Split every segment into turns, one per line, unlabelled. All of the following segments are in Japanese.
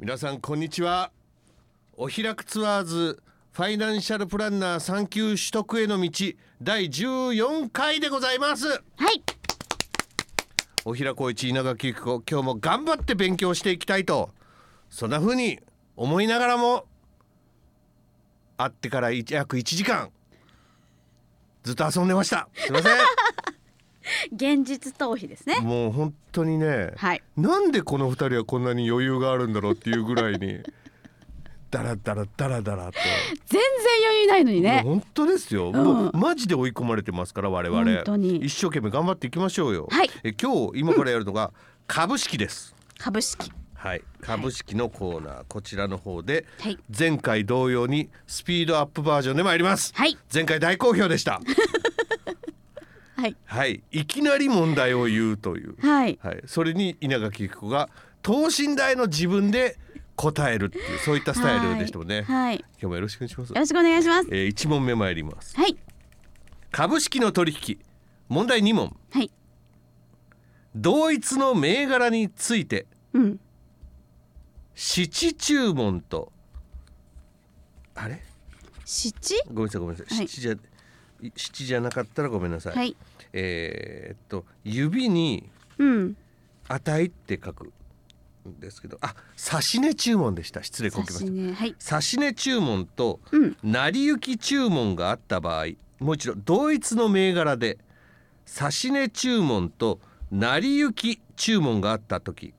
皆さんこんにちはお開くツアーズファイナンシャルプランナー産級取得への道第14回でございます
はい
お平浩一稲垣由紀子今日も頑張って勉強していきたいとそんな風に思いながらも会ってからい約1時間ずっと遊んでましたすいませ
現実逃避 ですね
んもう本当にね、
はい
なんでこの2人はこんなに余裕があるんだろうっていうぐらいにダラダラダラダラと、
全然余裕ないのに
もう
ね
本当ですよ、もうマジで追い込まれてますから我々
本当に
一生懸命頑張っていきましょうよ、
はい
え今日今からやるのが 株式です、
株式
はい、株式のコーナー、こちらの方で、
はい
前回同様にスピードアップバージョンで参ります、
はい
前回大好評でした
はい
はいいきなり問題を言うという、
はい
はい、それに稲垣由紀子が等身大の自分で答えるっていうそういったスタイルでしたもんね、今
はいよ
日もよろしくお願いします、
ろしくお願いします
えー、1問目参ります
はい
株式の取引問題2問
はい
同一の銘柄について
うん
七注文とあれ
七
ごめんなさいごめんなさい、
はい
七じゃい七じゃなかったらごめんなさい、
はい
えーっと指に
うん
値って書くんですけどあ指値注文でした失礼こきまし
指ねはい
た指値注文と
うん
成り行き注文があった場合もう一度同一の銘柄で指値注文と成り行き注文があった時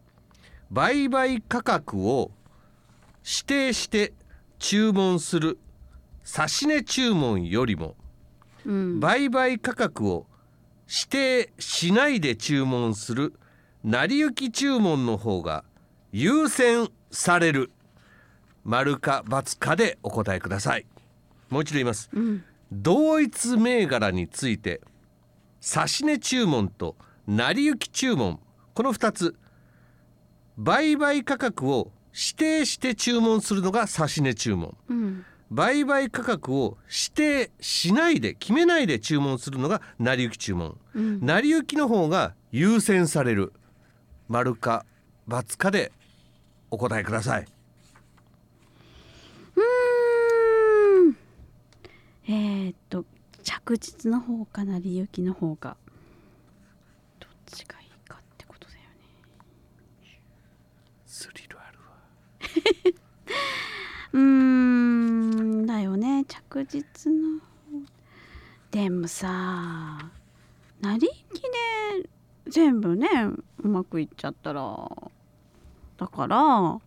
売買価格を指定して注文する指値注文よりも
うん
売買価格を指定しないで注文する成り行き注文の方が優先される丸か×かでお答えくださいもう一度言います
うん
同一銘柄について指値注文と成り行き注文この2つ売買価格を指定して注文するのが指値注文
うん
売買価格を指定しないで決めないで注文するのが成り行き注文、
うん
成り行きの方が優先される丸か×かでお答えください
うーんえー、っと着実の方かな利益の方がどっちがいいかってことだよね
スリルあるわ
うーんだよね着実のでもさなりきで全部ねうまくいっちゃったらだからま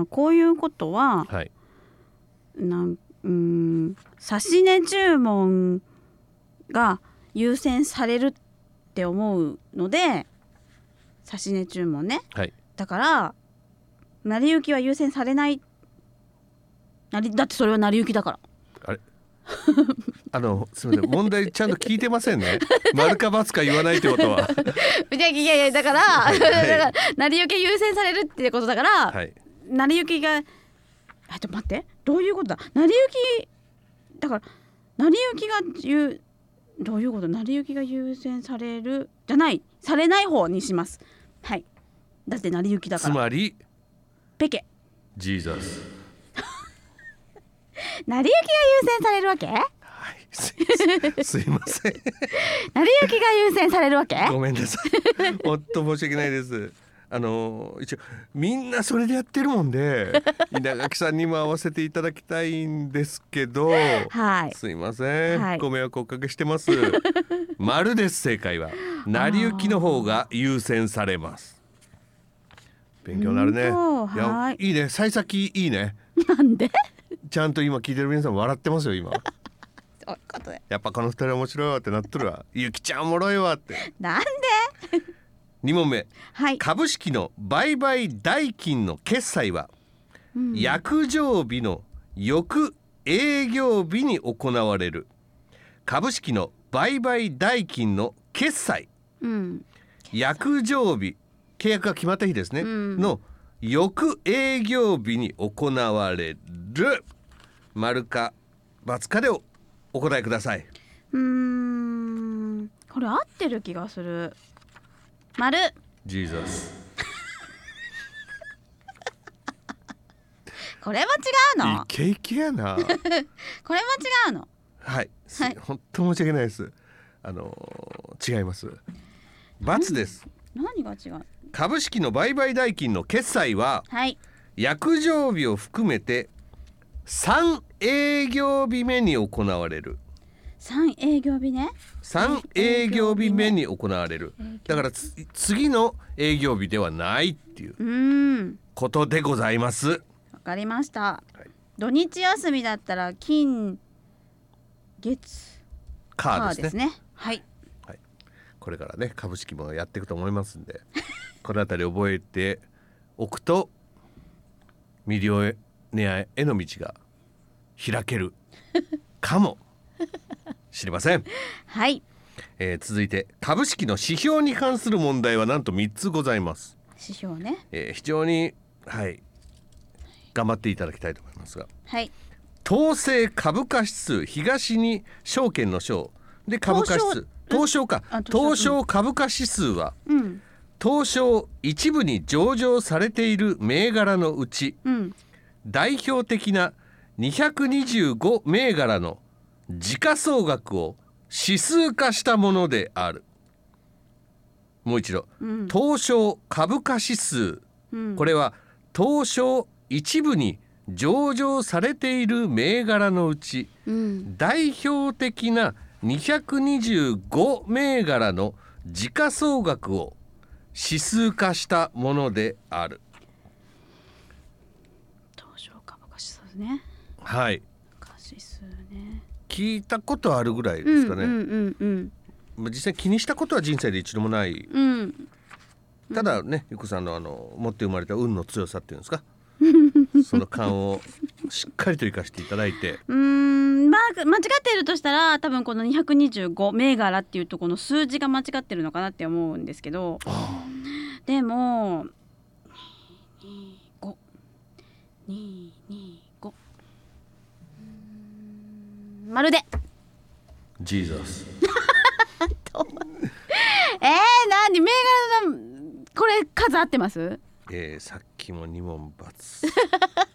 あこういうことは
はい
なんうーん指値注文が優先されるって思うので指値注文ね
はい
だから成り行きは優先されないなりだってそれは成り行きだから
あのすみません問題ちゃんと聞いてません ね丸か×か言わないってことは
いやいやいやだから
はいはい
だから成り行き優先されるってことだから、
はい
成り行きがあちょっと待ってどういうことだ成り行きだから成り行きが優どういうこと成り行きが優先されるじゃないされない方にしますはいだって成り行きだ
つ
から
まり
ペケ
ジーザス
成り行きが優先され るわけ成
はいすいすいません
り行きが優先されるわけ
ごめんなさい。おっと申し訳ないです。あの一応みんなそれでやってるもんで稲垣さんにも合わせていただきたいんですけど、
はい
すいません、
はい
ご迷惑をおかけして ます。丸です正解は成り行きの方が優先されます。勉強になるね。
本当
いや
はい
いいね幸先いいね。
なんで
ちゃんと今聞いてる皆さん笑ってますよ今。
そういうことで
やっぱこの二人面白いわってなっとるわ。ゆきちゃんおもろいわって。
なんで
二問目。
はい
株式の売買代金の決済は、
うん
約定日の翌営業日に行われる株式の売買代金の決済
うん
約定日契約が決まった日ですね、
うん
の翌営業日に行われる丸か×かでおお答えくださいう
ーんこれ合ってる気がする丸
ジーザス
これは違うの
イケイケやな
これは違うの
はい、
は
はいい、本当申し訳ないですあの違います×です
何が違う
株式の売買代金の決済は
はい
薬定日を含めて3営業日目に行われる
三営業日ね
3営業日目に行われるだからつ次の営業日ではないっていう
うーん
ことでございます
わかりました、
い
土日休みだったら金月
カ
火
ー
で
ですすね
ねはい
これからね株式もやっていくと思いますんで この辺り覚えておくとミリオネアへの道が開けるかもしれません、
はい
えー続いて株式の指標に関する問題はなんと3つございます、
指標ね
えー非常にはい頑張っていただきたいと思いますが
はい
東証株価指数東に証券の証で株価指数東証か
あ東
東
証
証株価指数は
うん
東証一部に上場されている銘柄のうち
うん
代表的な225銘柄の時価総額を指数化したものであるもう一度
うん
東証株価指数
うん
これは東証一部に上場されている銘柄のうち
うん
代表的な225銘柄の時価総額を指数化したものである。
東証株価指数ね
はい、
株価指数ね
聞いたことあるぐらいですかね。
うんうんうん
まあ実際気にしたことは人生で一度もない。
うんうん
ただね、ゆくさんのあの持って生まれた運の強さっていうん ですか。その勘をしっかりと生かしていただいて。
うーんまあ間違っているとしたら多分この225銘柄っていうとこの数字が間違ってるのかなって思うんですけど
あ
でも225 225うーんまるで
ジーザス。
えー、何銘柄のこれ数合ってます
えー、さっきも二 問バツ。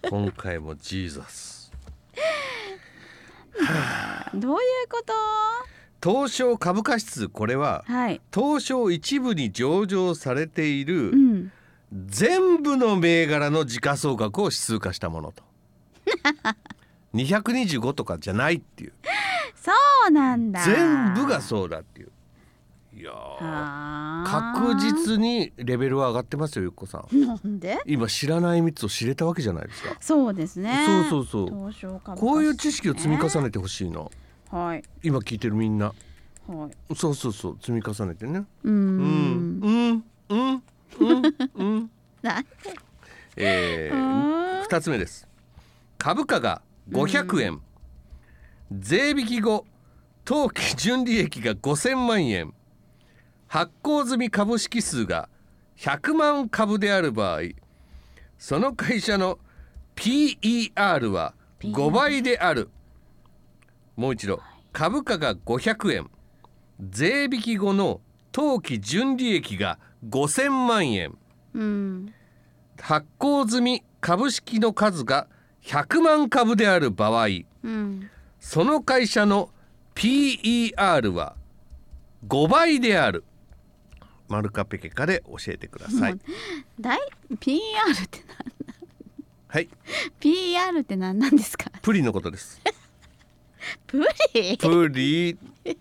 今回もジーザス。
どういうこと
東証株価指数これは
はい
東証一部に上場されていうる
ん
全部の銘柄の時価総額を指数化したも のと225とかじゃないっていう
そうなんだ
全部がそうだっていういやー
はあ
確実にレベルは上がってますよゆっこさん
なんで
今知らない密を知れたわけじゃないですか、
そうですね
そうそうそう
東証株価
こういう知識を積み重
ね
ねてほしいの
はい
今聞いてるみんな
はい
そうそうそう積み重ねてね
うーん
うんうんうんうんうん
なんで
え
うーん
ー、2つ目です株価が500円、税引き後当期純利益が5000万円発行済み株式数が100万株である場合その会社の PER は
PER
5倍であるもう一度株価が500円税引き後の当期純利益が5000万円
うん
発行済み株式の数が100万株である場合
うん
その会社の PER は5倍であるマルカペケカで教えてください
だい PR ってな
はい
PR って何なんですか
プリンのこと です
プリン
プリン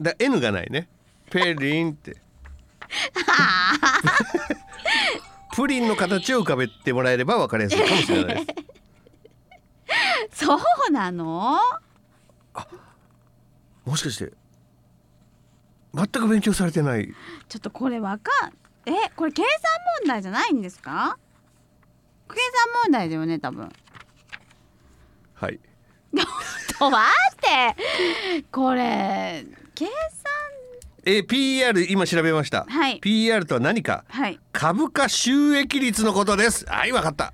だ N がないねペリンってプリンの形を浮かべてもらえれば分かりやすいかもしれないです
そうなの
もしかして全く勉強されてない
ちょっとこれわかんえこれ計算問題じゃないんですか計算問題だよね多分
はい
ちょっと待ってこれ計
えー PER 今調べました、
算はい
PER とは何か
はい
株価収益率のことですはいわかった
は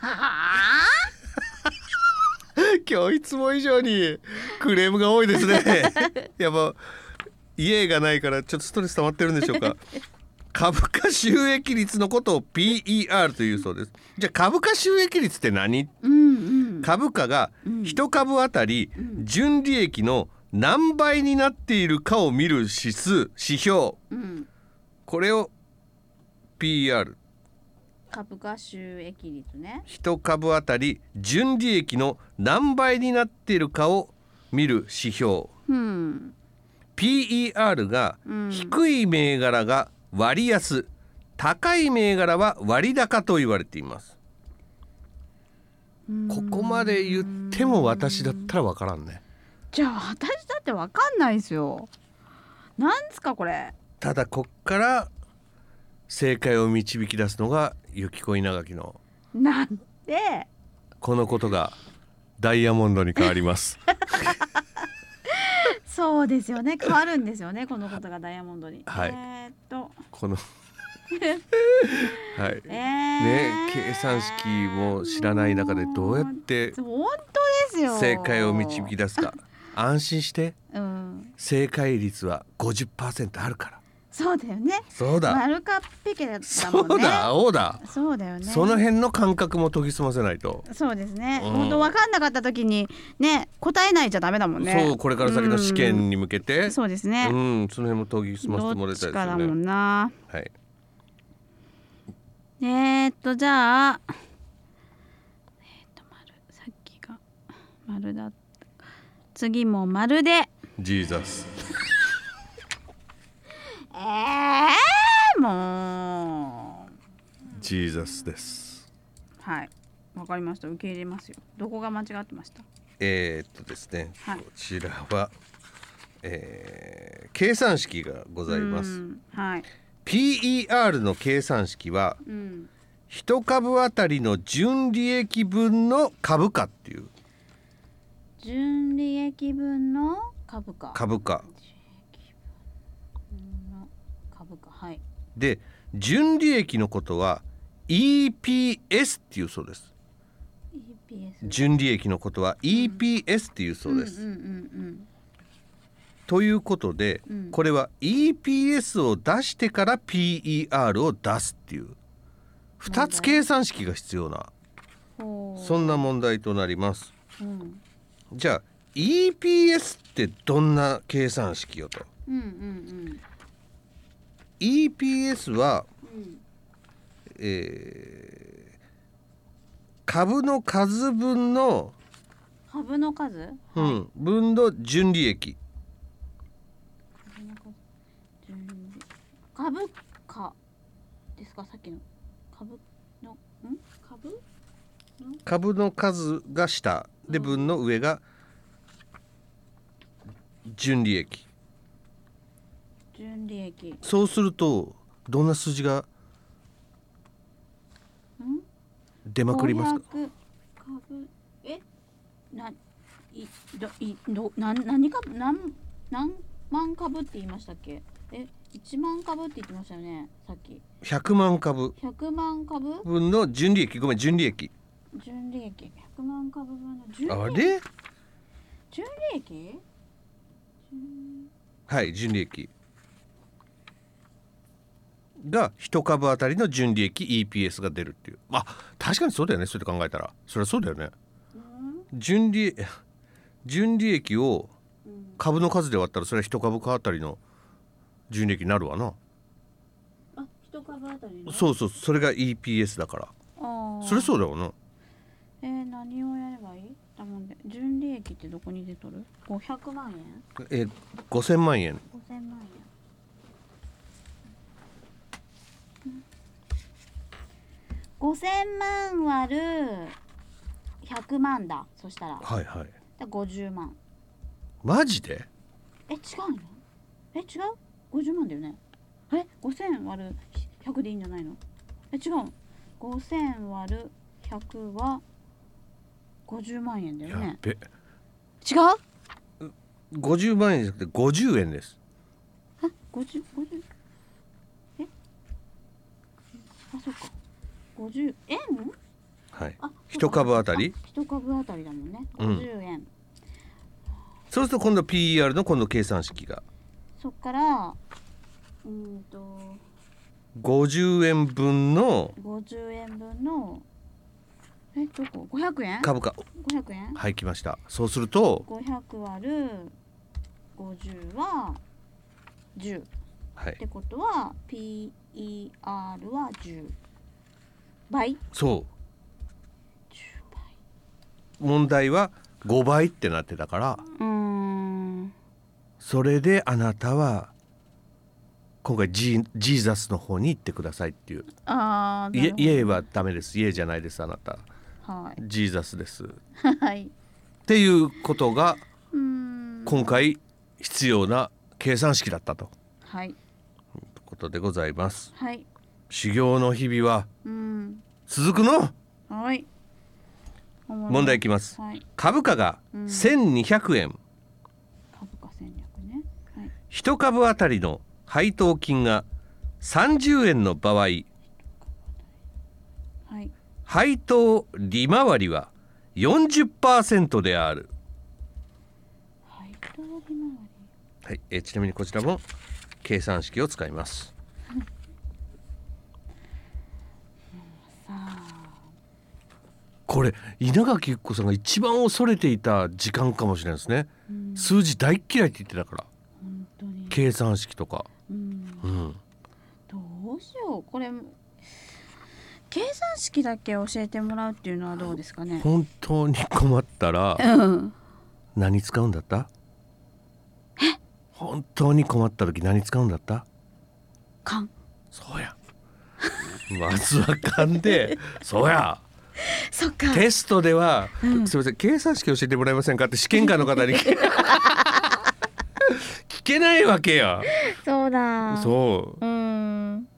あ
今日いつも以上にクレームが多い ですねやっぱ家がないからちょっとストレス溜まってるんでしょうか株価収益率のことを PER というそうですじゃあ株価収益率って何
うんうん
株価が
うん
1株あたり
うん
純利益の何倍になっているかを見る指数指標
うん
これを PER
株価収益率ね
1株あたり純利益の何倍になっているかを見る指標
うん、
PER が
うん、
低い銘柄が割安高い銘柄は割高と言われています
うん
ここまで言っても私だったらわからんね
じゃあ私だってわかんないですよなんですかこれ
ただこっから正解を導き出すのがゆきこ稲垣の
なんで
このことがダイヤモンドに変わります
そうですよね変わるんですよねこのことがダイヤモンドに、
はい
えーっと
こ のはい
えー、
ね計算式も知らない中でどうやって
本当ですよ
正解を導き出す か安心して
うん
正解率は50%あるから
そうだよね
そうだ
丸かペケだったもんね
そうだ青だ
そうだよね
その辺の感覚も研ぎ澄ませないと、
そうですね、
うん
本当わかんなかった時にね答えないじゃダメだもんね
そうこれから先の試験に向けて、
う
うんん
そうですね、
その辺も研ぎ澄ませてもらい
どっ
たい
ち
です
かだ
よ
も
ね。
んな
はい、
えー、っとじゃあえー、っと丸さっきが丸だった次も丸で
ジーザス。
えー、もう
ジーザスです。
はいわかりました受け入れますよどこが間違ってました
えー、っとですね、
はい
こちらは、えー計算式がございま
う
す。
んはい、
PER の計算式は
うん、
一株あたりの純利益分の株価っていう
純利益分の株価
株価
純利益分の株価はい
で純利益のことは EPS っていうそうです
EPS
純利益のことは EPS っていうそうです、
うんうん
ということで、
うん
これは EPS を出してから PER を出すっていう2つ計算式が必要な
うんうんほう
そんな問題となります
うん
じゃあ EPS ってどんな計算式よと
うんうん
EPS は、
うんうん
えー株の数分の、
株の数
うん、分の純利益
株の数純利益株価ですかさっきの株のん株
株の数が下で
うん
分の上が純利益
純利益ん
そうするとどんな数字が出まくりますか
500株えないどいどな何株何何万株って言いましたっけえ一万株って言ってましたよねさっき
100万株
百万株
分の純利益ごめん純利益
純利益百万株分の純利益
あれ
純利益純
はい純利益が1株当たりの純利益 EPS が出るっていうあ確かにそうだよねそれで考えたらそれはそうだよね
うん
純利純利益を
うん
株の数で割ったらそれは一株価あたりの純利益になるわな
あ一株あたりの
そうそうそれが EPS だから
ああ
それそう
う
だよな
えー、何をやればいいだもんで純利益ってどこに出とる五百万円
えー5000万円
五千万円五千万割る百万だそしたら
はいはい
だ五十万
マジで
え違うのえ違う50万だよねえ5000割る100でいいんじゃないのえ違う5000割る100は50万円だよ
やっ
ね
べ
違う
50万円じゃなくて50円です
え5050えあそっか50円
はい
あ
一株あたり
1株あたりだもんね
うん
50円、
そうすると今度 PER の今度計算式が
そっからうーんと
50円分の
50円分のえどこ500円
株価
500円
はい来ましたそうすると
500割る50は10っ
はい
てことは PER は10倍10
そ
倍
う問題は5倍ってなってたから
うーん
それであなたは今回ジージーザスの方に行ってくださいっていう
あ
「いえいえ」はダメです「いえ」じゃないですあなた
は
ジーザスですっ
い はい
ていうことが
うーん
今回必要な計算式だったと
はい
いうことでございます
はい
修行の日々は
うん
続くの
はい
問題いきます
はい
株価が
うん
1200円
株価戦略ねはい
1株当たりの配当金が30円の場合
はい
配当利回りは40%である、
配当利回り
はい、えーちなみにこちらも計算式を使います
さあ
これ稲垣由紀子さんが一番恐れていた時間かもしれないですね
うん
数字大っ嫌いって言ってたから
本当に
計算式とか、
うん
うん、
どうしようこれ計算式だけ教えてもらうっていうのはどうですかね
本当に困ったら
うん
何使うんだった本当に困った時何使うんだった
かん
そうやまずは勘 でそうや
そっか
テストでは、
うん
すみません計算式教えてもらえませんかって試験官の方 に聞けないわけや
そうだう
そ
ーん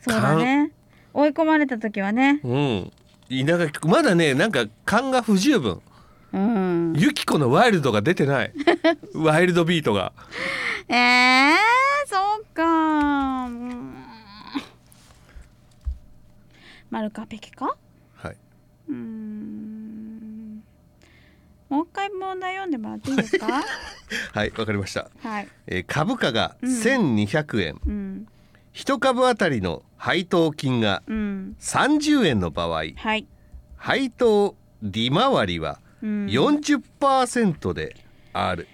そうだね追い込まれた時はね
ううん稲垣君まだねなんか勘が不十分
うん
ユキコのワイルドが出て ないワイルドビートが
えー、そうかうん丸かペケか
はい、
うーんもう一回問題読んでもらっていいです か
はい、わかりました、
はい
えー株価が
うん
1200円、
うん
一株当たりの配当金が
うん
30円の場合
はい、
配当利回りは
うん、
40%である、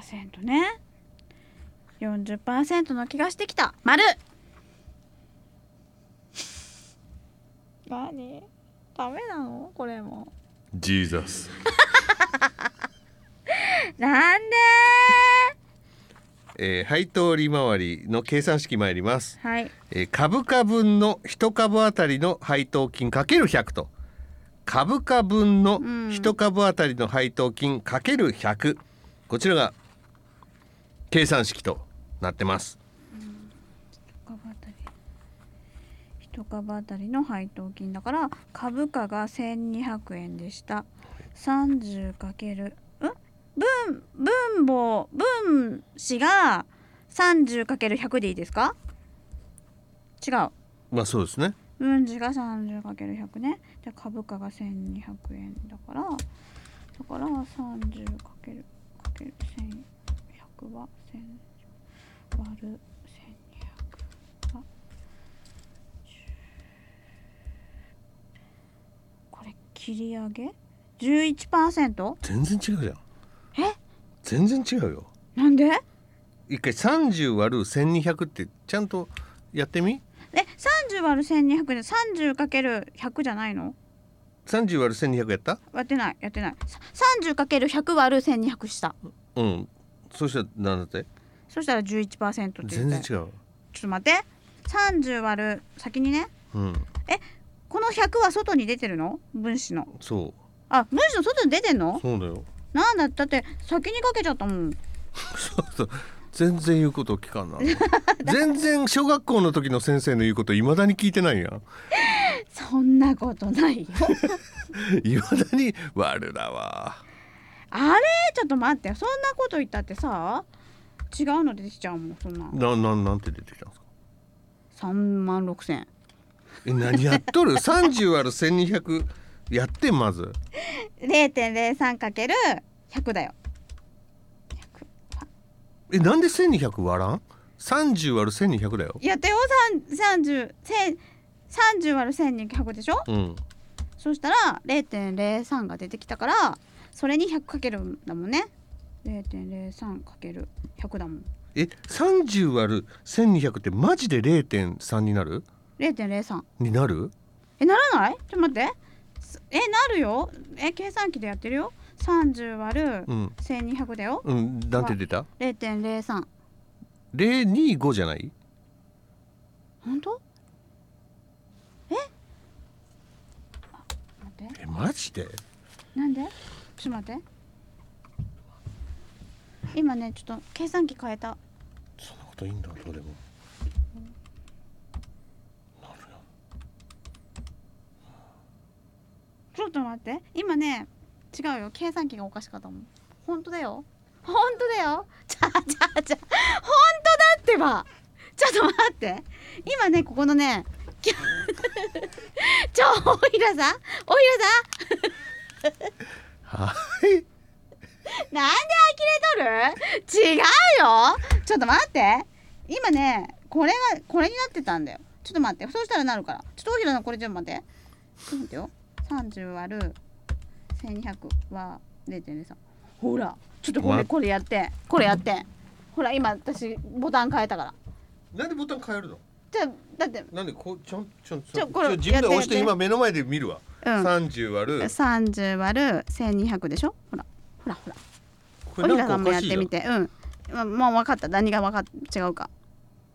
40%ね40%の気がしてきた丸何ダメなのこれも
ジーザス
なんで
えー配当利回りの計算式参ります、
はい
えー株価分の1株当たりの配当金かける100と株価分の
うん
1株当たりの配当金かける100こちらが計算式となってます
一株当たり一株当たりの配当金だから株価が1200円でした 30× うん分分母分子が 30×100 でいいですか違う
まあそうですね
分子が 30×100 ねじゃあ株価が1200円だからだから 30××1100 は1000割る1200はこれ切り上げ 11%?
全然違うじゃん
え
全然違うよ
なんで
一回30割る1200ってちゃんとやってみ
え30割る1200で 30×100 じゃないの
30割る1200やった
やってないやってないさ 30×100 割る1200した
うんそしたら何だって
そしたら11%って言って
全然違う
ちょっと待って30割る先にね
うん
この100は外に出てるの分子の
そ
あ分子の外に出てん
う
の
そうだよ
なんだだって先にかけちゃったもん
そうそう全然言うことを聞 かんな全然小学校の時の先生の言うこといまだに聞いてないやん
そんなこと ないよ
いまだに悪だわ
あれちょっと待ってそんなこと言ったってさ違うの出てきちゃうもんそんな
ななんなんて出てきたんですか
3万6千
え何やっとる30割る1200やってまず
0.03かける100だよ
えなんで1200割らん30割る1200だよ
やってよ三三十千三十割る千に百でしょ。
うん
そしたら零点零三が出てきたからそれに百かけるんだもんね。零点零三かける百だもん。
え30割る1200ってマジで0.3になる
零点零三。
になる
えならない？ちょっと待って。すえなるよ。え計算機でやってるよ。三十割る
うん
千二百だよ。
うんなんて出た
零点零三。
025じゃない
本当？え？あ待って。
えマジで
なんで？ちょっと待って。今ねちょっと計算機変えた。
そんなこといいんだどうでもなるよ
ちょっと待って。今ね違うよ計算機がおかしかったもん。本当だよ。本当だよ。ちゃちゃちゃ。本当だってば。ちょっと待って。今ねここのね。 きゃちょおいらさんおいらさん
はい
なんで呆れとる違うよちょっと待って今ねこれがこれになってたんだよちょっと待ってそうしたらなるからちょっと大平さんこれちょっと待ってちょっと待ってよ30割る1200は0.03ほらちょっとこれ
ま
これやってこれやってほら今私ボタン変えたから
なんでボタン変えるの
じゃあだって
なんでこうちょんちょんち
ちょこ
ょ
れ
ん自分で押して
やってやって
今目の前で見るわ、
うん
30割る
30割る1200でしょほらほらほら
こ
小
れ
平
なんか
さん
お
もや
か
っ
しいじ
て
ゃん
みてうんまもう分かった何が分かっ違うか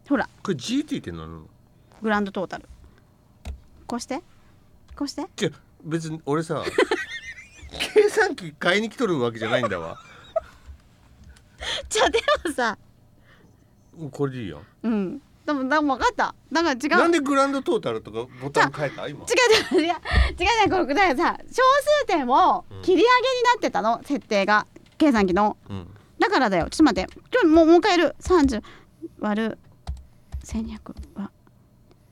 ほら
これ GT って何なの
グランドトータルこうしてこうして
違う別に俺 さ計算機買いに来とるわけじゃないんだわ
じゃあでもさ
これでいいやん
うんでもでも分かったなんか違う
なんでグランドトータルとかボタン変えた今
違う違う違う違う違うこれだからさ小数点を切り上げになってたの、設定が計算機の
うん
だからだよちょっと待ってちょもうもう一回やる30割る1200は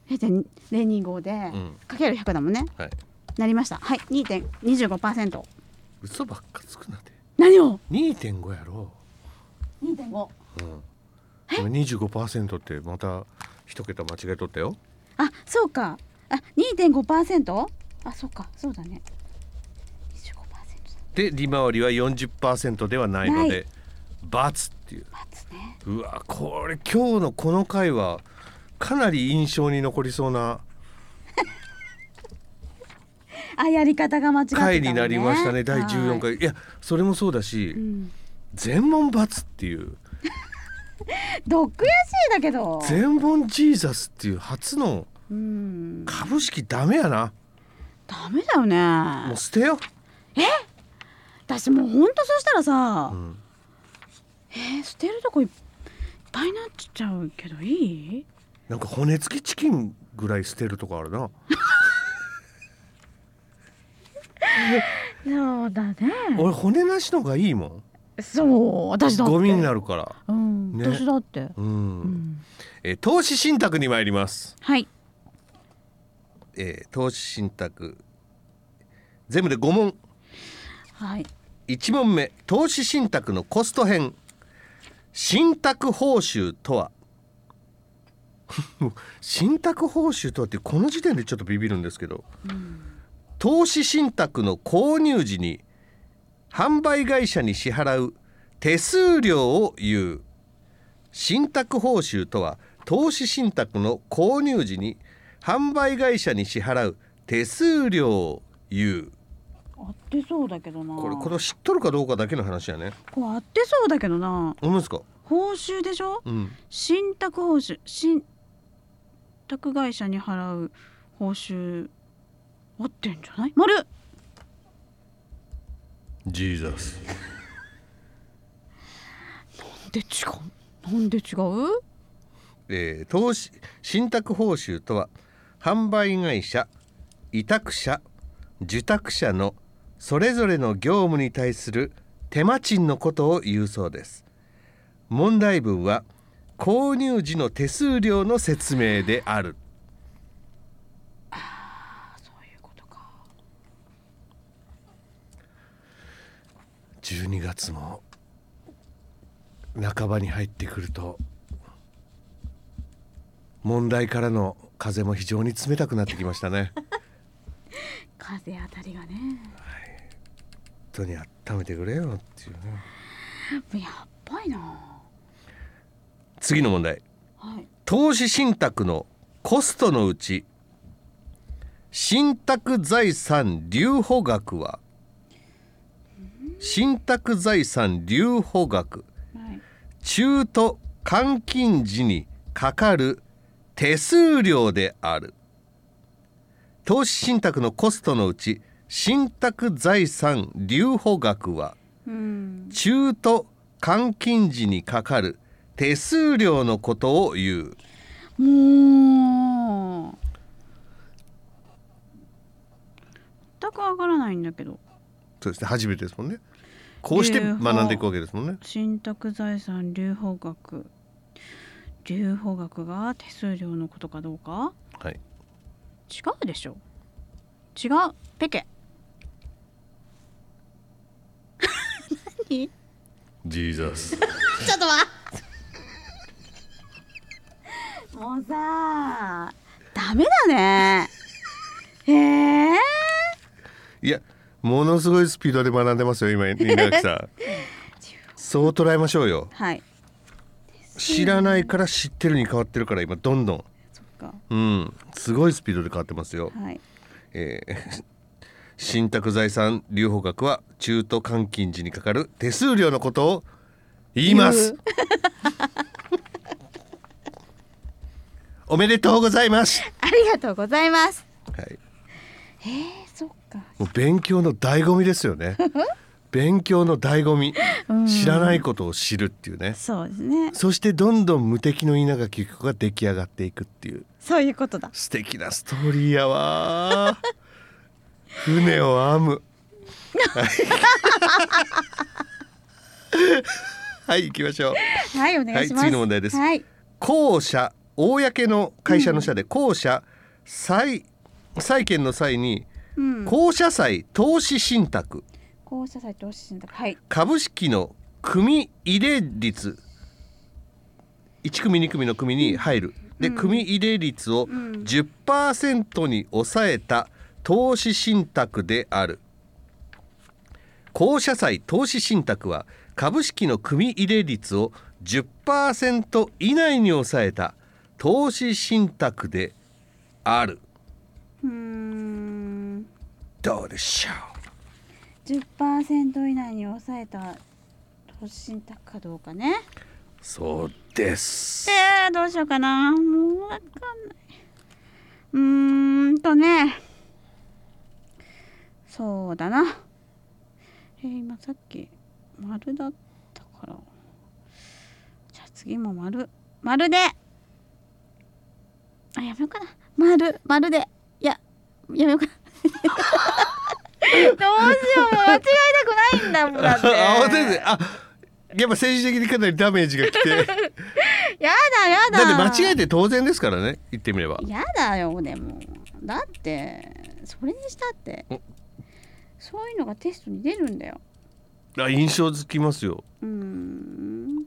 0.025で、
うん
かける100だもんね
はい
なりましたはい2.25%
嘘ばっかつくなて
何を
2.5やろ
?2.5
うん今25%ってまた一桁間違えとったよ
あ、そうか。あ、2.5%? あ、そうか。そうだね。25%
で利回りは40%ではないの
な
で×っていう
だ。×ね。
うわこれ今日のこの回はかなり印象に残りそうな
あ、やり方が間違ってた、ね。
回になりましたね第14
はい。
回いやそれもそうだし、
うん、
全問罰っていう
どっ悔しいだけど。
全問ジーザスっていう初の
うん。
株式ダメやな
ダメだよね
もう。捨てよ
私もうほんとそしたら
う、
さ、
ん、
えー捨てるとこいっぱいになっちゃうけどいい
なんか骨付きチキンぐらい捨てるとかあるな
そうだね。
俺骨なしのがいいもん
そう、私だって。
ゴミになるから
うん、
ね
私だって。
うん、
うん。
えー投資信託に参ります、
はい。
えー投資信託全部で5問
はい。
1問目投資信託のコスト編信託報酬とは もう信託報酬とはってこの時点でちょっとビビるんですけど、投資信託の購入時に販売会社に支払う手数料を言う信託報酬とは投資信託の購入時に販売会社に支払う手数料を言う
合ってそうだけどな。
これこれを知っとるかどうかだけの話やね
こう合ってそうだけどな
思うんですか
報酬でしょ
うん
信託報酬信託会社に払う報酬合ってんじゃない丸
ジーザス
で違うなんで違う
えー投資信託報酬とは販売会社委託者受託者のそれぞれの業務に対する手間賃のことを言うそうです問題文は購入時の手数料の説明である
あそういうことか
12月も半ばに入ってくると問題からの風も非常に冷たくなってきましたね本
風当たりがね
当に温めてくれよっていうね
やっばいな
次の問題
はい
投資信託のコストのうち信託財産留保額は信託財産留保額
はい
中途換金時にかかる手数料である投資信託のコストのうち信託財産留保額は
うん
中途換金時にかかる手数料のことを言う
もう全くわからないんだけど
そうですね初めてですもんねこうして
留保
学んでいくわけですもんね
信託財産留保額留保額が手数料のことかどうか
はい
違うでしょ違うペケ 何
ジーザス
ちょっと待ってもうさダメだねえー、
いやものすごいスピードで学んでますよ 今稲垣さんそう捉えましょうよ
はい
知らないから知ってるに変わってるから今どんどん
そっか
うんすごいスピードで変わってますよ、
はい
えー 信託財産留保額は中途換金時にかかる手数料のことを言います
言う
おめでとうございます、
ありがとうございます
はい、
えー、そっか
もう勉強の醍醐味ですよ ね勉強の醍醐味
ん
知らないことを知るっていうね
そうですね
そしてどんどん無敵の稲垣子が出来上がっていくっていう
そういうことだ
素敵なストーリーやわー船を編むはいはい行きましょう
はいお願いしま
は
す、
い次の問題です
はい
公社公の会社の社で公社債債権の際に
うん
公社債投資信託
校舎債投資信託はい
株式の組入れ率1組2組の組に入るで組入れ率を
ん
10%に抑えた投資信託である公社債投資信託は株式の組入れ率を10%以内に抑えた投資信託である
うーん
どうでしょ
10%以内に抑えた投資信託かどうかね
うそうです
えー、どうしようかなもうわかんないうーんとねそうだなえー、今さっき丸だったからじゃあ次も丸丸であやめようかな丸丸でいややめようかな どうしよ うもう間違いたくないんだもんだっ て
あ慌ててあやっぱ政治的にかなりダメージがき てだって
やだやだ
間違えて当然ですからね言ってみれば
やだよでもだってそれにしたって
お
そういうのがテストに出るんだよ
あ印象づきますよ
うーん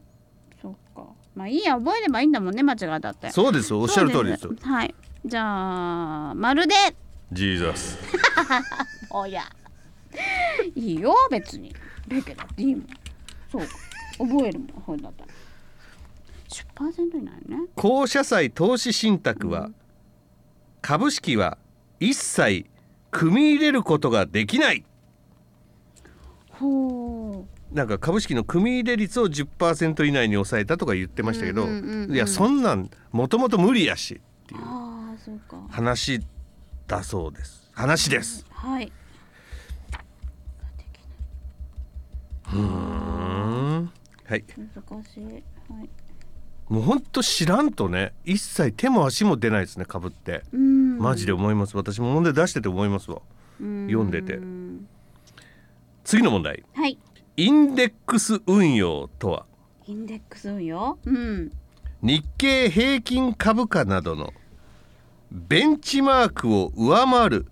そっかまあいいや覚えればいいんだもんね間違いだって
そうですよおっしゃる通りです
そ
よ
うはいじゃあまるで
ジーザス
おやいいよ別にだけどいいもんそうか覚えるもんほいだったら10%以内ね
公社債投資信託は、株式は一切組み入れることができない
ほう
なんか株式の組み入れ率を10%以内に抑えたとか言ってましたけど、
うんうんうんうん
いやそんなんもともと無理やしっていう
ああそうか
話だそうです話です
はい
うんはい
難しいはい
もうほんと知らんとね一切手も足も出ないですね株って
うん
マジで思います私も問題出してて思いますわ
読
読んでて次の問題
はい
インデックス運用とは
インデックス運用うん
日経平均株価などのベンチマークを上回る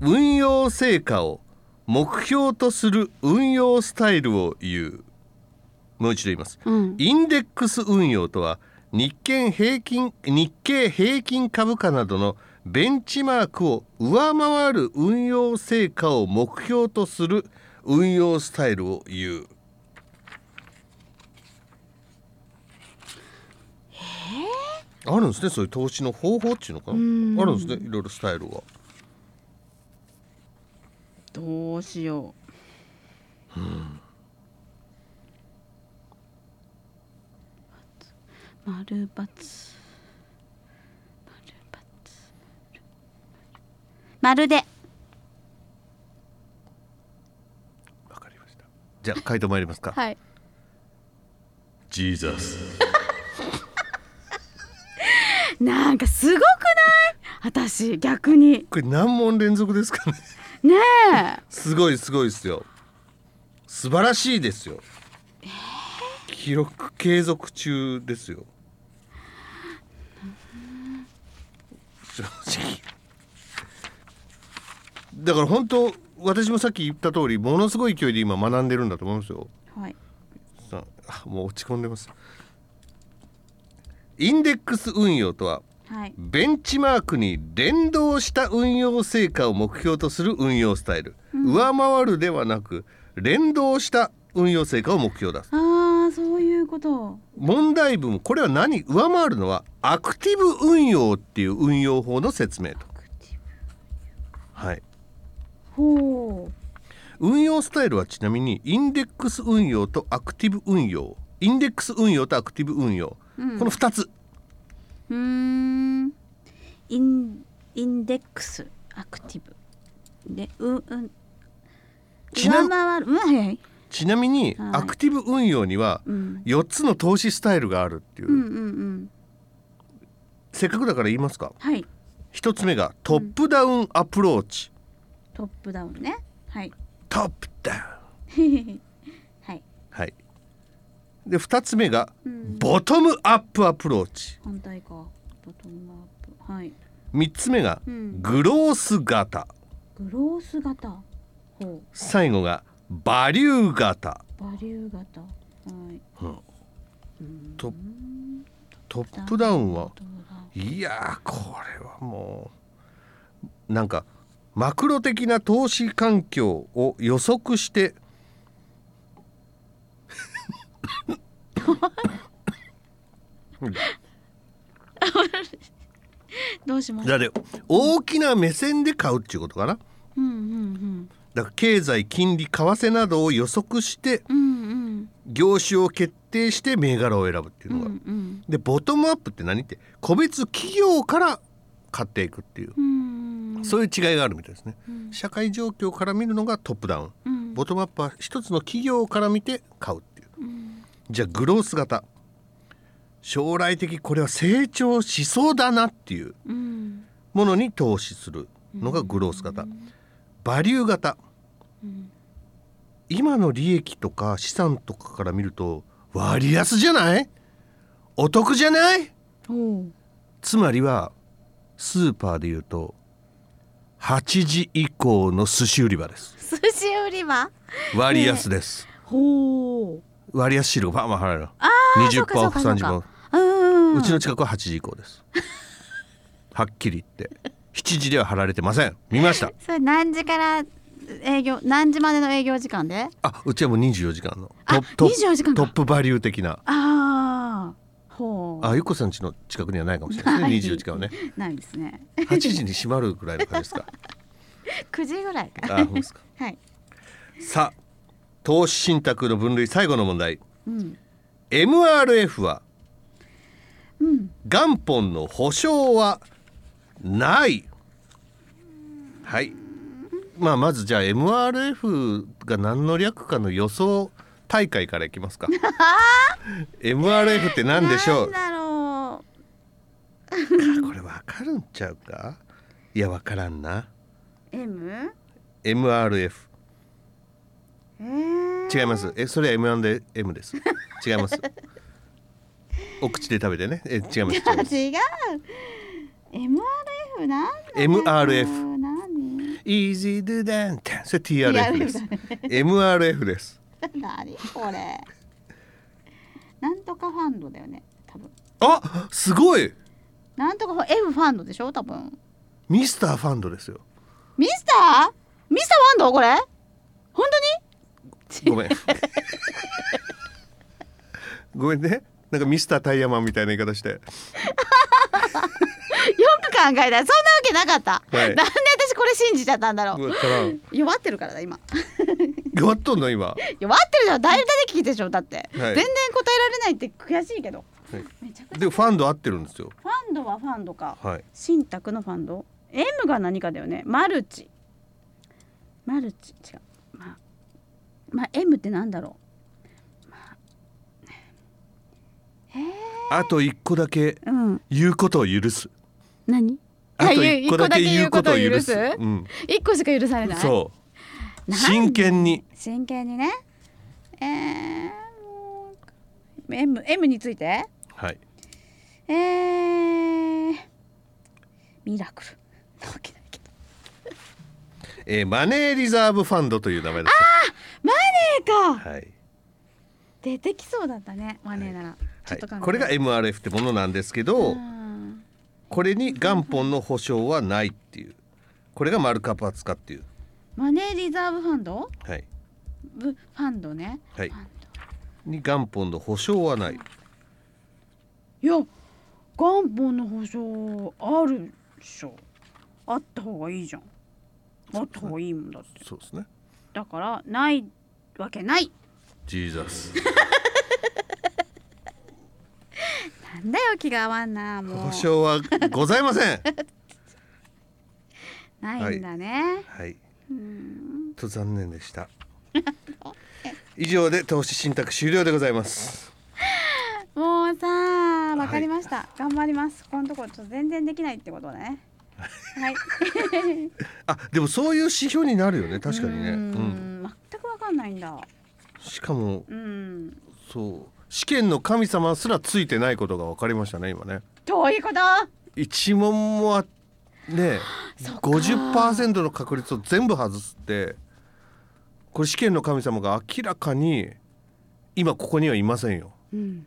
運用成果を目標とする運用スタイルを言うもう一度言います
うん
インデックス運用とは日経平均日経平均株価などのベンチマークを上回る運用成果を目標とする運用スタイルを言うあるんですねそういう投資の方法っていうのかな
うん
あるんですねいろいろスタイルが
どうしよう丸バツ丸バツ丸で
わかりましたじゃあ回答参りますか、
はい
ジーザス
なんかすごくない私逆に
これ何問連続ですかね
ね
すごいすごいですよ素晴らしいですよ、記録継続中ですよ正直だから本当私もさっき言った通りものすごい勢いで今学んでるんだと思いますよ
えはい
さあもう落ち込んでますインデックス運用とは
はい
ベンチマークに連動した運用成果を目標とする運用スタイル、上回るではなく連動した運用成果を目標だ
あーそういうこと
問題文これは何上回るのはアクティブ運用っていう運用法の説明と、はい、
ほう
運用スタイルはちなみにインデックス運用とアクティブ運用インデックス運用とアクティブ運用、
うん
この2つ
うーんインインデックスアクティブでううん
ちな
上回るうんはいはい
ちなみに
はい
アクティブ運用には
うん
4つの投資スタイルがあるっていう、
うんうんうん
せっかくだから言いますか
はい
一つ目がトップダウンアプローチ、
トップダウンねはい
トップダウン
はい
はいで二つ目が
うん
ボトムアップアプローチ
反対かボトムアップはい
三つ目が
うん
グロース型
グロース型ほ
最後がバリュー型
うバリュー型はい
トトップダウンは
ボトムダウン
いやーこれはもうなんかマクロ的な投資環境を予測して
どうします
だって大きな目線で買うっていうことかな
うんうん
だから経済金利為替などを予測して
うんうんうん
業種を決定して銘柄を選ぶっていう
う
の
ん
が、
うん
でボトムアップって何って個別企業から買っていくっていう、
うんうん
そういう違いがあるみたいですね、
うん
社会状況から見るのがトップダウン
うん
ボトムアップは一つの企業から見て買うっていう
うん
じゃあグロース型将来的これは成長しそうだなっていう
うん
ものに投資するのがグロース型、バリュー型
うん
今の利益とか資産とかから見ると割安じゃないお得じゃない
おう
つまりはスーパーで言うと8時以降の寿司売り場です
寿司売り場
割安です、
ほう
割安シールがバンバン払える
そうか
20%
そ
オ
う
フ
かそうか
30%オフ
うん
うちの近くは8時以降ですはっきり言って7時では貼られてません見ました
それ何時から営業何時までの営業時間で
あうちはもう24時間の
あ
トップ
24時間
ト
か
ップバリュー的な
ああほう
あゆっこさん家の近くにはないかもしれないですね24時間はね
ないですね
8時に閉まるぐらいの感じですか
9時ぐらいか
あそうですか
はい
さあ投資信託の分類最後の問題
うん
MRF は
うん
元本の保証はないはいまあまずじゃあ MRF が何の略かの予想大会からいき ますか MRF って何でしょう
なんだろ
これわかるんちゃうかいやわからんな
う M
MRF
えー、
違います。え、それは M&M です。違い ます。お口で食べてね。え、違います。違います
違う MRF なんだろう
MRF。
何
Easy do that. それ
TRF
TRF です。MRF です。
何これなんとかファンドだよね多分
あ、あすごい
なんとか F ファンドでしょ多分
ミスターファンドですよ
ミスターミスターファンドこれ本当に
ごめん ごめんねなんかミスタータイヤマンみたいな言い方して
よく考えたそんなわけなかった、
はい
なんで私これ信じちゃったんだろう
うわたら
弱ってるからだ今
弱っとんの今
弱ってるじゃん大体で聞いてるでしょだって、
はい
全然答えられないって悔しいけど、
はい
めちゃくちゃ
でファンド合ってるんですよ
ファンドはファンドか
はい
新宅のファンド M が何かだよねマルチマルチ違うまあ、まあ、M ってなんだろう、ま
あと一個だけ
あ、えーうん
言うことを許す
何
あと
あ
一個だけ言うことを許す
一個だけ言うことを許す
うん
一個しか許されない
そう
なん
真剣に
真剣にねえーもう M, M について
はい
えー、ミラクルなわけないけど
えーマネーリザーブファンドという名前です
えーか
はい
出てきそうだったねマネーなら、ちょっと考
はい
えよ
うこれが MRF ってものなんですけど、
うん
これに元本の保証はないっていうこれがマルカップ扱っていう
マネーリザーブファンド
はい
ブファンドね
はい
ファン
に元本の保証はない
ドいや元本の保証あるでしょあった方がいいじゃんあった方がいいもんだって
そうですね
だからないわけない
ジーザス
なんだよ気が合わんなも
保
う
証はございませ ん
ないんだね、
はい
うん
と残念でした以上で投資信託終了でございます
もうさわかりました、頑張りますこのところちょっと全然できないってこと だねはい
あでもそういう指標になるよね確かにね
う
うんん
全くわかんないんだ
しかも
うん
そう試験の神様すらついてないことが分かりましたね今ね
どういうこと
一問もあね
そっか
50%の確率を全部外すってこれ試験の神様が明らかに今ここにはいませんよ
うん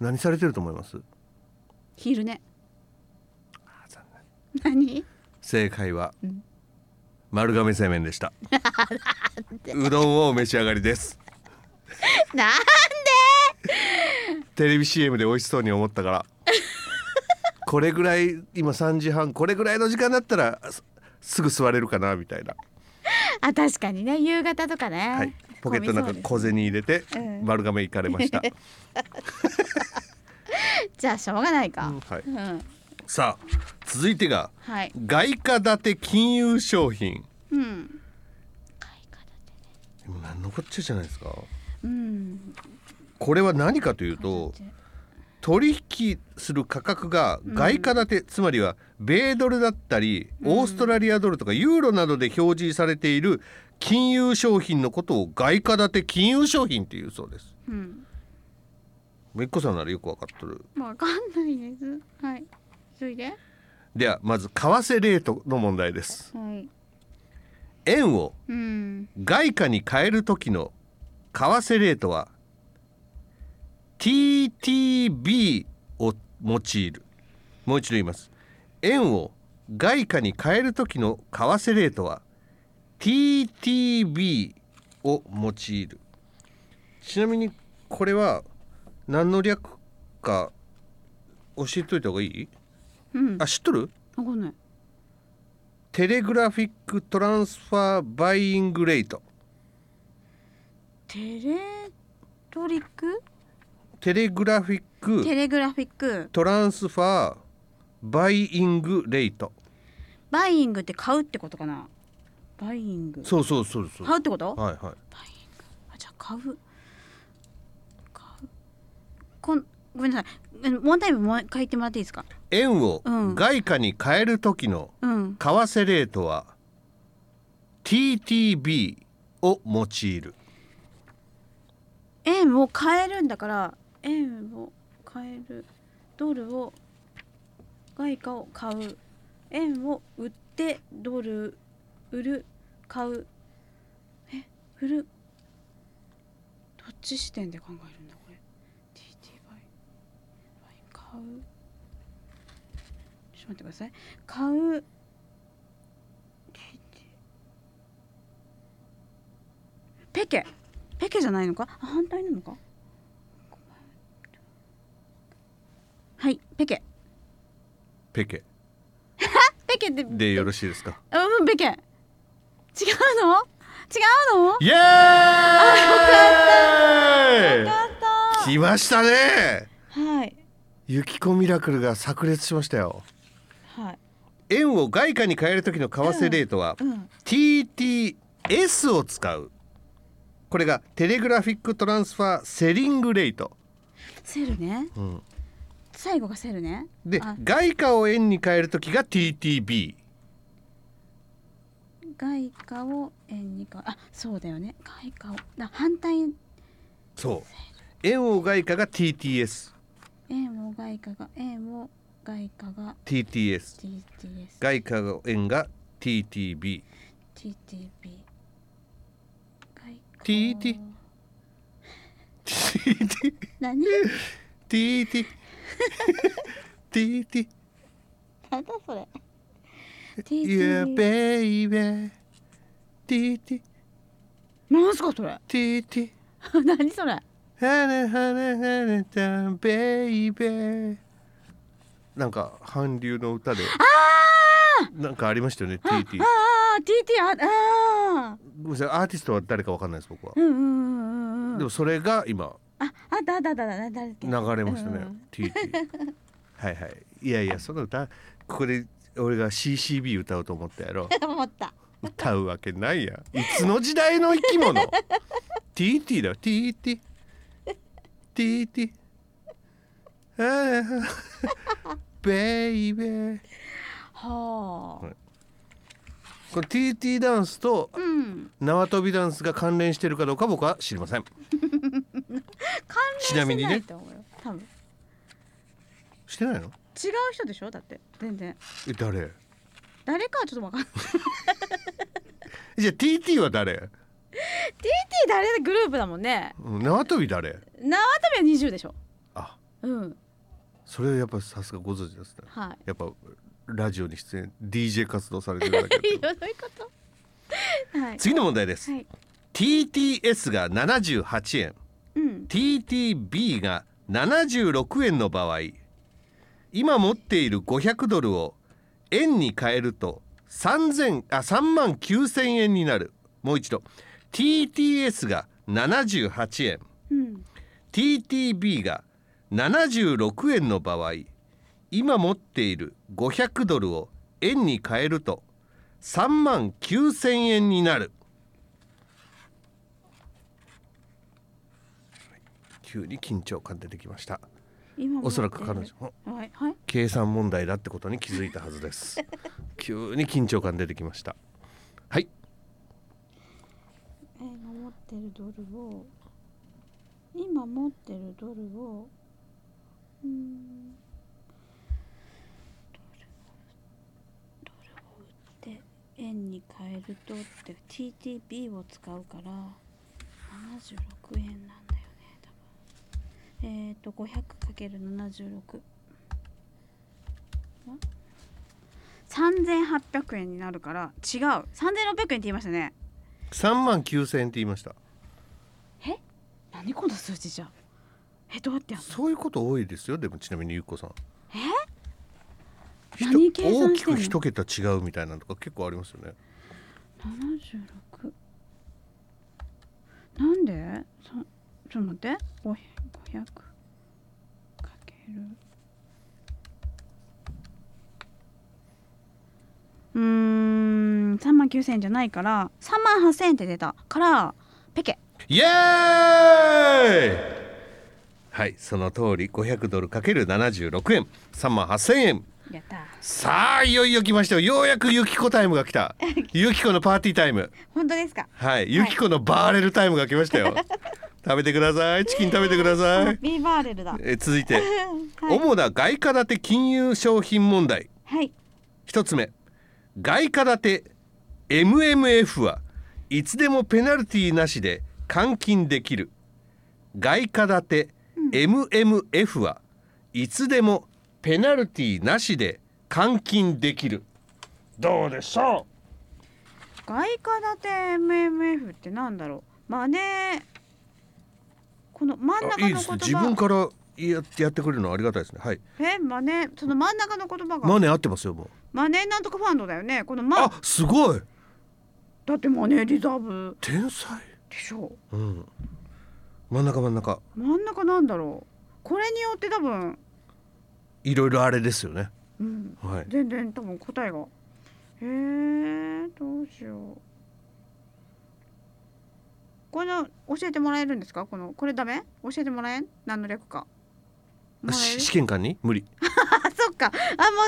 何されてると思います
ヒールね何
正解は
うん
丸亀製麺でした うどんをお召し上がりです
な
テレビ CM で美味しそうに思ったから これぐらい今3時半これぐらいの時間だったらすすぐ座れるかなみたいな、
あ確かにね夕方とかね、
はい、ポケットの中
混み
に
そう
小
で
銭入れて
うん
丸亀行かれま した、
すじゃあしょうがないか
うんはい
うん、
さあ続いてが
はい
外貨建て金融商品
うん
でも何のこっちゃじゃないですか
うん
これは何かというと取引する価格が外貨建て、つまりは米ドルだったりオーストラリアドルとかユーロなどで表示されている金融商品のことを外貨建て金融商品っていうそうです。
うん
もう一個さんならよく分かっとる。
わかんないですはいそれでは
ではまず為替レートの問題です。
い
円を
うん
外貨に変える時の為替レートは TTB を用いるもう一度言います円を外貨に変える時の為替レートは TTB を用いるちなみにこれは何の略か教えといた方がいい
うん
あ知っとる
わかんない
テレグラフィックトランスファーバイイングレート
テレトリック
テレグラフィック
テレグラフィック
トランスファーバイイングレート
バイイングって買うってことかなバイイング
そうそうそうそう
買うってこ
は
と
いはい
バイイングあじゃあ買う買うこんごめんなさいうん問題文もう一回言ってもらっていいですか
円を
うん
外貨に変える時の
うん
為替レートは TTB を用いる
円を変えるんだから円を変えるドルを外貨を買う円を売ってドル売る買うえ売るどっち視点で考えるんだこれ TT バイバイ買う買うちょっと待ってください買うペケペケじゃないのかあ反対なのかはいペケ
ペケ
ペケって
でよろしいですか
うんペケ違うの違うの
イエーイ
よかっ
来ましたね
たはい
ゆきこミラクルが炸裂しましたよ
はい
円を外貨に変える時の為替レートは
うん
TTS を使うこれがテレグラフィックトランスファーセリングレート、
セールね
うん、
最後がセールね
で
あ
外貨を円に変える時が TTB
外貨を円にかあそうだよね外貨をだ反対
そう円を外貨が TTSTTS
円を外貨が円を外貨が TTS
外貨の円が TTB
TTB 外貨を
TT
何
TT TT
なんだそれ
Yeah
TTB
baby TT
何すかそれ
TT
何それ
ハネハネハネタベイベーなんか韓流の歌でなんかありましたよね TT
ああ TT ああー
ごめんなさいアーティストは誰かわかんないです僕は
うんうんうんう
で
んうん
もそれが今
ああったあったあったあった誰だっけ
流れましたね
うんうん
TT はいはいいやいやその歌ここで俺が CCB 歌おうと思ったやろ
思った
歌うわけないやんいつの時代の生き物 TT だよ TTTT あーベイベー
はあ、
はいこの TT ダンスと
うん
縄跳びダンスが関連してるかどうか僕は知りません
関
ちなみに
連してな
ね
いと思うよ多分違う
してないの
人でしょだって全然
え誰
誰かはちょっとわかんない TT
じゃあ TT は誰
誰でグループだもんね
うん縄跳び誰
縄跳びは20でしょ
あ
うん
それはやっぱさすがご存知ですね
は
やっぱラジオに出演 DJ 活動されてるだけ
い い
で
ろいろいうことはい
次の問題です、
はい
TTS が78円
うん
TTB が76円の場合今持っている500ドルを円に変えると3000あ3万9000円になるもう一度 TTS が78円
うん
TTB が76円の場合今持っている500ドルを円に変えると3万9000円になる急に緊張感出てきました
今も
おそらく彼女も
はいはい
計算問題だってことに気づいたはずです急に緊張感出てきましたはい
えー今持ってるドルを今持ってるドルをうーんドルをドルを売って円に変えるとって TTB を使うから76円なんだよね多分えっ、ー、と 500×76 ん3800円になるから違う3600円って言いましたね
3万9000円って言いました
え何この数字じゃえどうやってやんの
そういうこと多いですよでもちなみにゆっこさんひと
何計
大
算
き
してん
く
の
一桁違うみたいなのとか結構ありますよね
76なんでさちょっと待って500かけるうーん3万9000円じゃないから3万8000円って出たからペケ
イエーイはいその通り500ドルかける76円3万8000円
やった
さあいよいよ来ましたよようやくゆきこタイムが来 たゆきこのパーティータイム
本当ですか
はいゆきこのバーレルタイムが来ま したよ食べてくださいチキン食べてください
B バーレルだ は
え続いて
い
主な外貨建て金融商品問題
はい
一つ目外貨建て MMF はいつでもペナルティなしで換金できる外貨建て MMF はいつでもペナルティなしで換金できるどうでしょ
外貨建て MMF ってなんだろうマネーこの真ん
う
中
あいい
の
で
言
す
葉
ね自分からややってくれるのはありがたいですねはい
えマネーその真ん中の言葉が、
マネー合ってますよもう
マネーなんとかファンドだよねこのマ
あすごい
だってマネーリザーブ
天才
でしょ
うん真ん中真ん中
真ん中なんだろうこれによって多分、
いろいろあれですよね
うん、
はい
全然多分答えがへえどうしようこの教えてもらえるんですかこのこれダメ教えてもらえん何の略かもらえ
し
る
試験官に無理
あそっかあ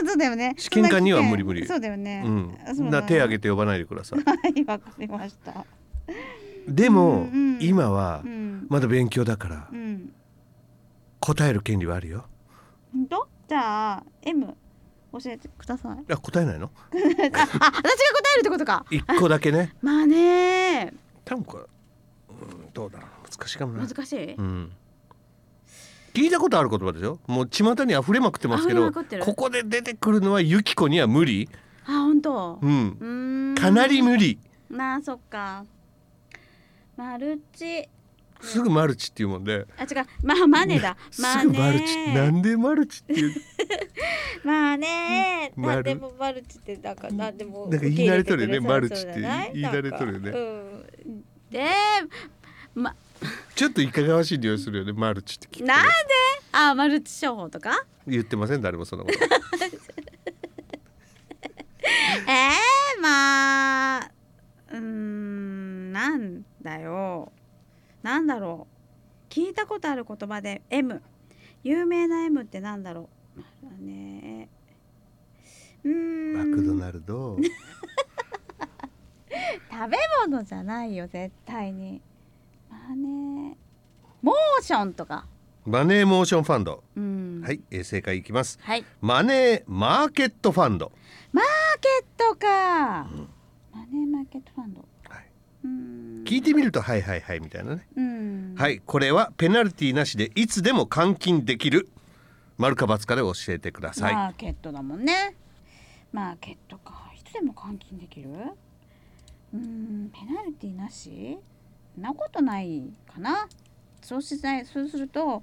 もうそうだよね
試験官には
そんな
無理無理
そうだよね
うん
あそう
だから手挙
げ
げて呼ばないでください
はいわかりました
でも
うんうん
今は
うん
まだ勉強だから
うん
答える権利はあるよ
ほんとじゃあ M 教えてください
あ答えないの
あ私が答えるってことか
一個だけ ね
まあね
多分これうんどうだろう難しいかもな
難しい、
うん聞いたことある言葉ですよもう巷に溢れまくってますけ
溢れ
ど
まくってる
ここで出てくるのはユキコには無理
あ本当
う
うんーん
かなり無理
まあそっかマルチ
すぐマルチっていうもんで
あ違うまあマネだ
す
マ
ぐ
ネ
マルチなんでマルチっていう
まあね
うん
なんでもマルチってなんかなんでも
なんか言い慣れとるよね
受け入てくそう
マルチって言い言い慣れとるよね
うんで
ちょっといかがわしい匂いするよねマルチって聞くとね
なんであマルチ商法とか
言ってません誰もそんなこと
えー、まあうーんなんだよなんだろう聞いたことある言葉で M 有名な M ってなんだろうまあねうー
マ
ん
クドナルド
食べ物じゃないよ絶対にまあねモーションとか
マネーモーションファンド
うん
はい、えー正解いきます
はい
マネーマーケットファンド
マーケットか、
ん
マネーマーケットファンド
はいう
ーん
聞いてみるとはいはいはいみたいなね
うん
はいこれはペナルティなしでいつでも換金できる丸か×かで教えてください
マーケットだもんねマーケットかいつでも換金できるうーんペナルティなしそんなことないかなそうしないそうすると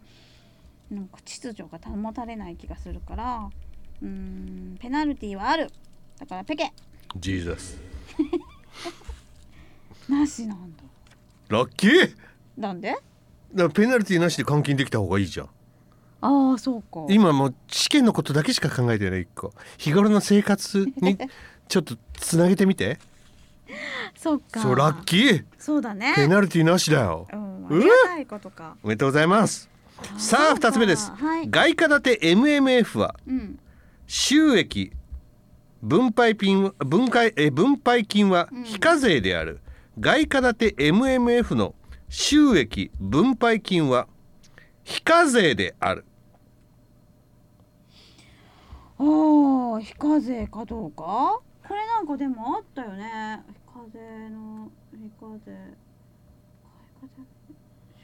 なんか秩序が保たれない気がするからうーんペナルティはあるだからペケ
ジーザス
なしなんだ
ラッキーだか
なんで
らペナルティなしで換金できた方がいいじゃん
ああそうか
今もう試験のことだけしか考えてない一個日頃の生活にちょっとつなげてみて
そうか
そうラッキー
そうだね
ペナルティなしだよ
うんあ
うわ
りがたいことか
おめでとうございますさあ
そうか
二つ目です
はい
外貨建て MMF は
うん
収益分配金分解えー分配金は
うん
非課税である、外貨建て MMF の収益分配金は非課税である
ああ非課税かどうかこれなんかでもあったよね非課税の非課税非課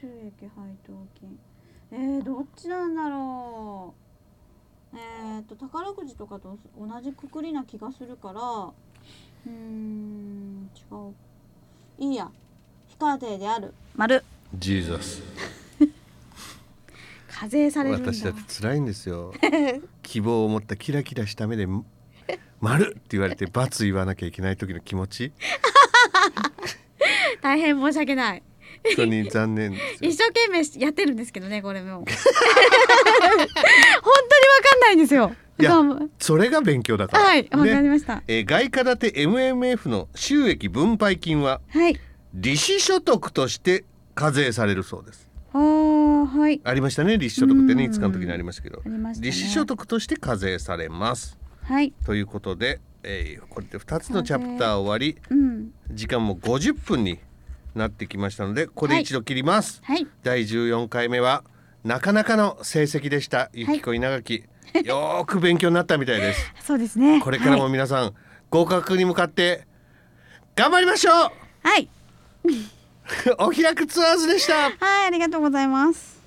税収益配当金えー、どっちなんだろうえー、と宝くじとかと同じくくりな気がするからうーん違ういいや非課税である丸
ジーザス
課税されるんだ
私だって辛いんですよ希望を持ったキラキラした目で「丸って言われて罰言わなきゃいけない時の気持ち
大変申し訳ない
本当に残念です よ
一生懸命やってるんですけどねこ れも本当にわかんないんですよ
いや
どうも
それが勉強だから、
はいわかり
ね
ました、
えー外貨建て MMF の収益分配金は
はい
利子所得として課税されるそうです
あーはい
ありましたね利子所得ってね
う
い
ん
つかの時にありましたけど
ありましたね
利子所得として課税されます
はい
ということで、えーこれで2つのチャプター終わり
うん
時間も50分になってきましたのでここで一度切ります、
はい
第14回目はなかなかの成績でしたゆきこ稲垣、よーく勉強になったみたいです
そうですね
これから
は
も
い、
皆さん、合格に向かって頑張りましょ
はい、
うお開くツアーズでした
はい、ありがとうございます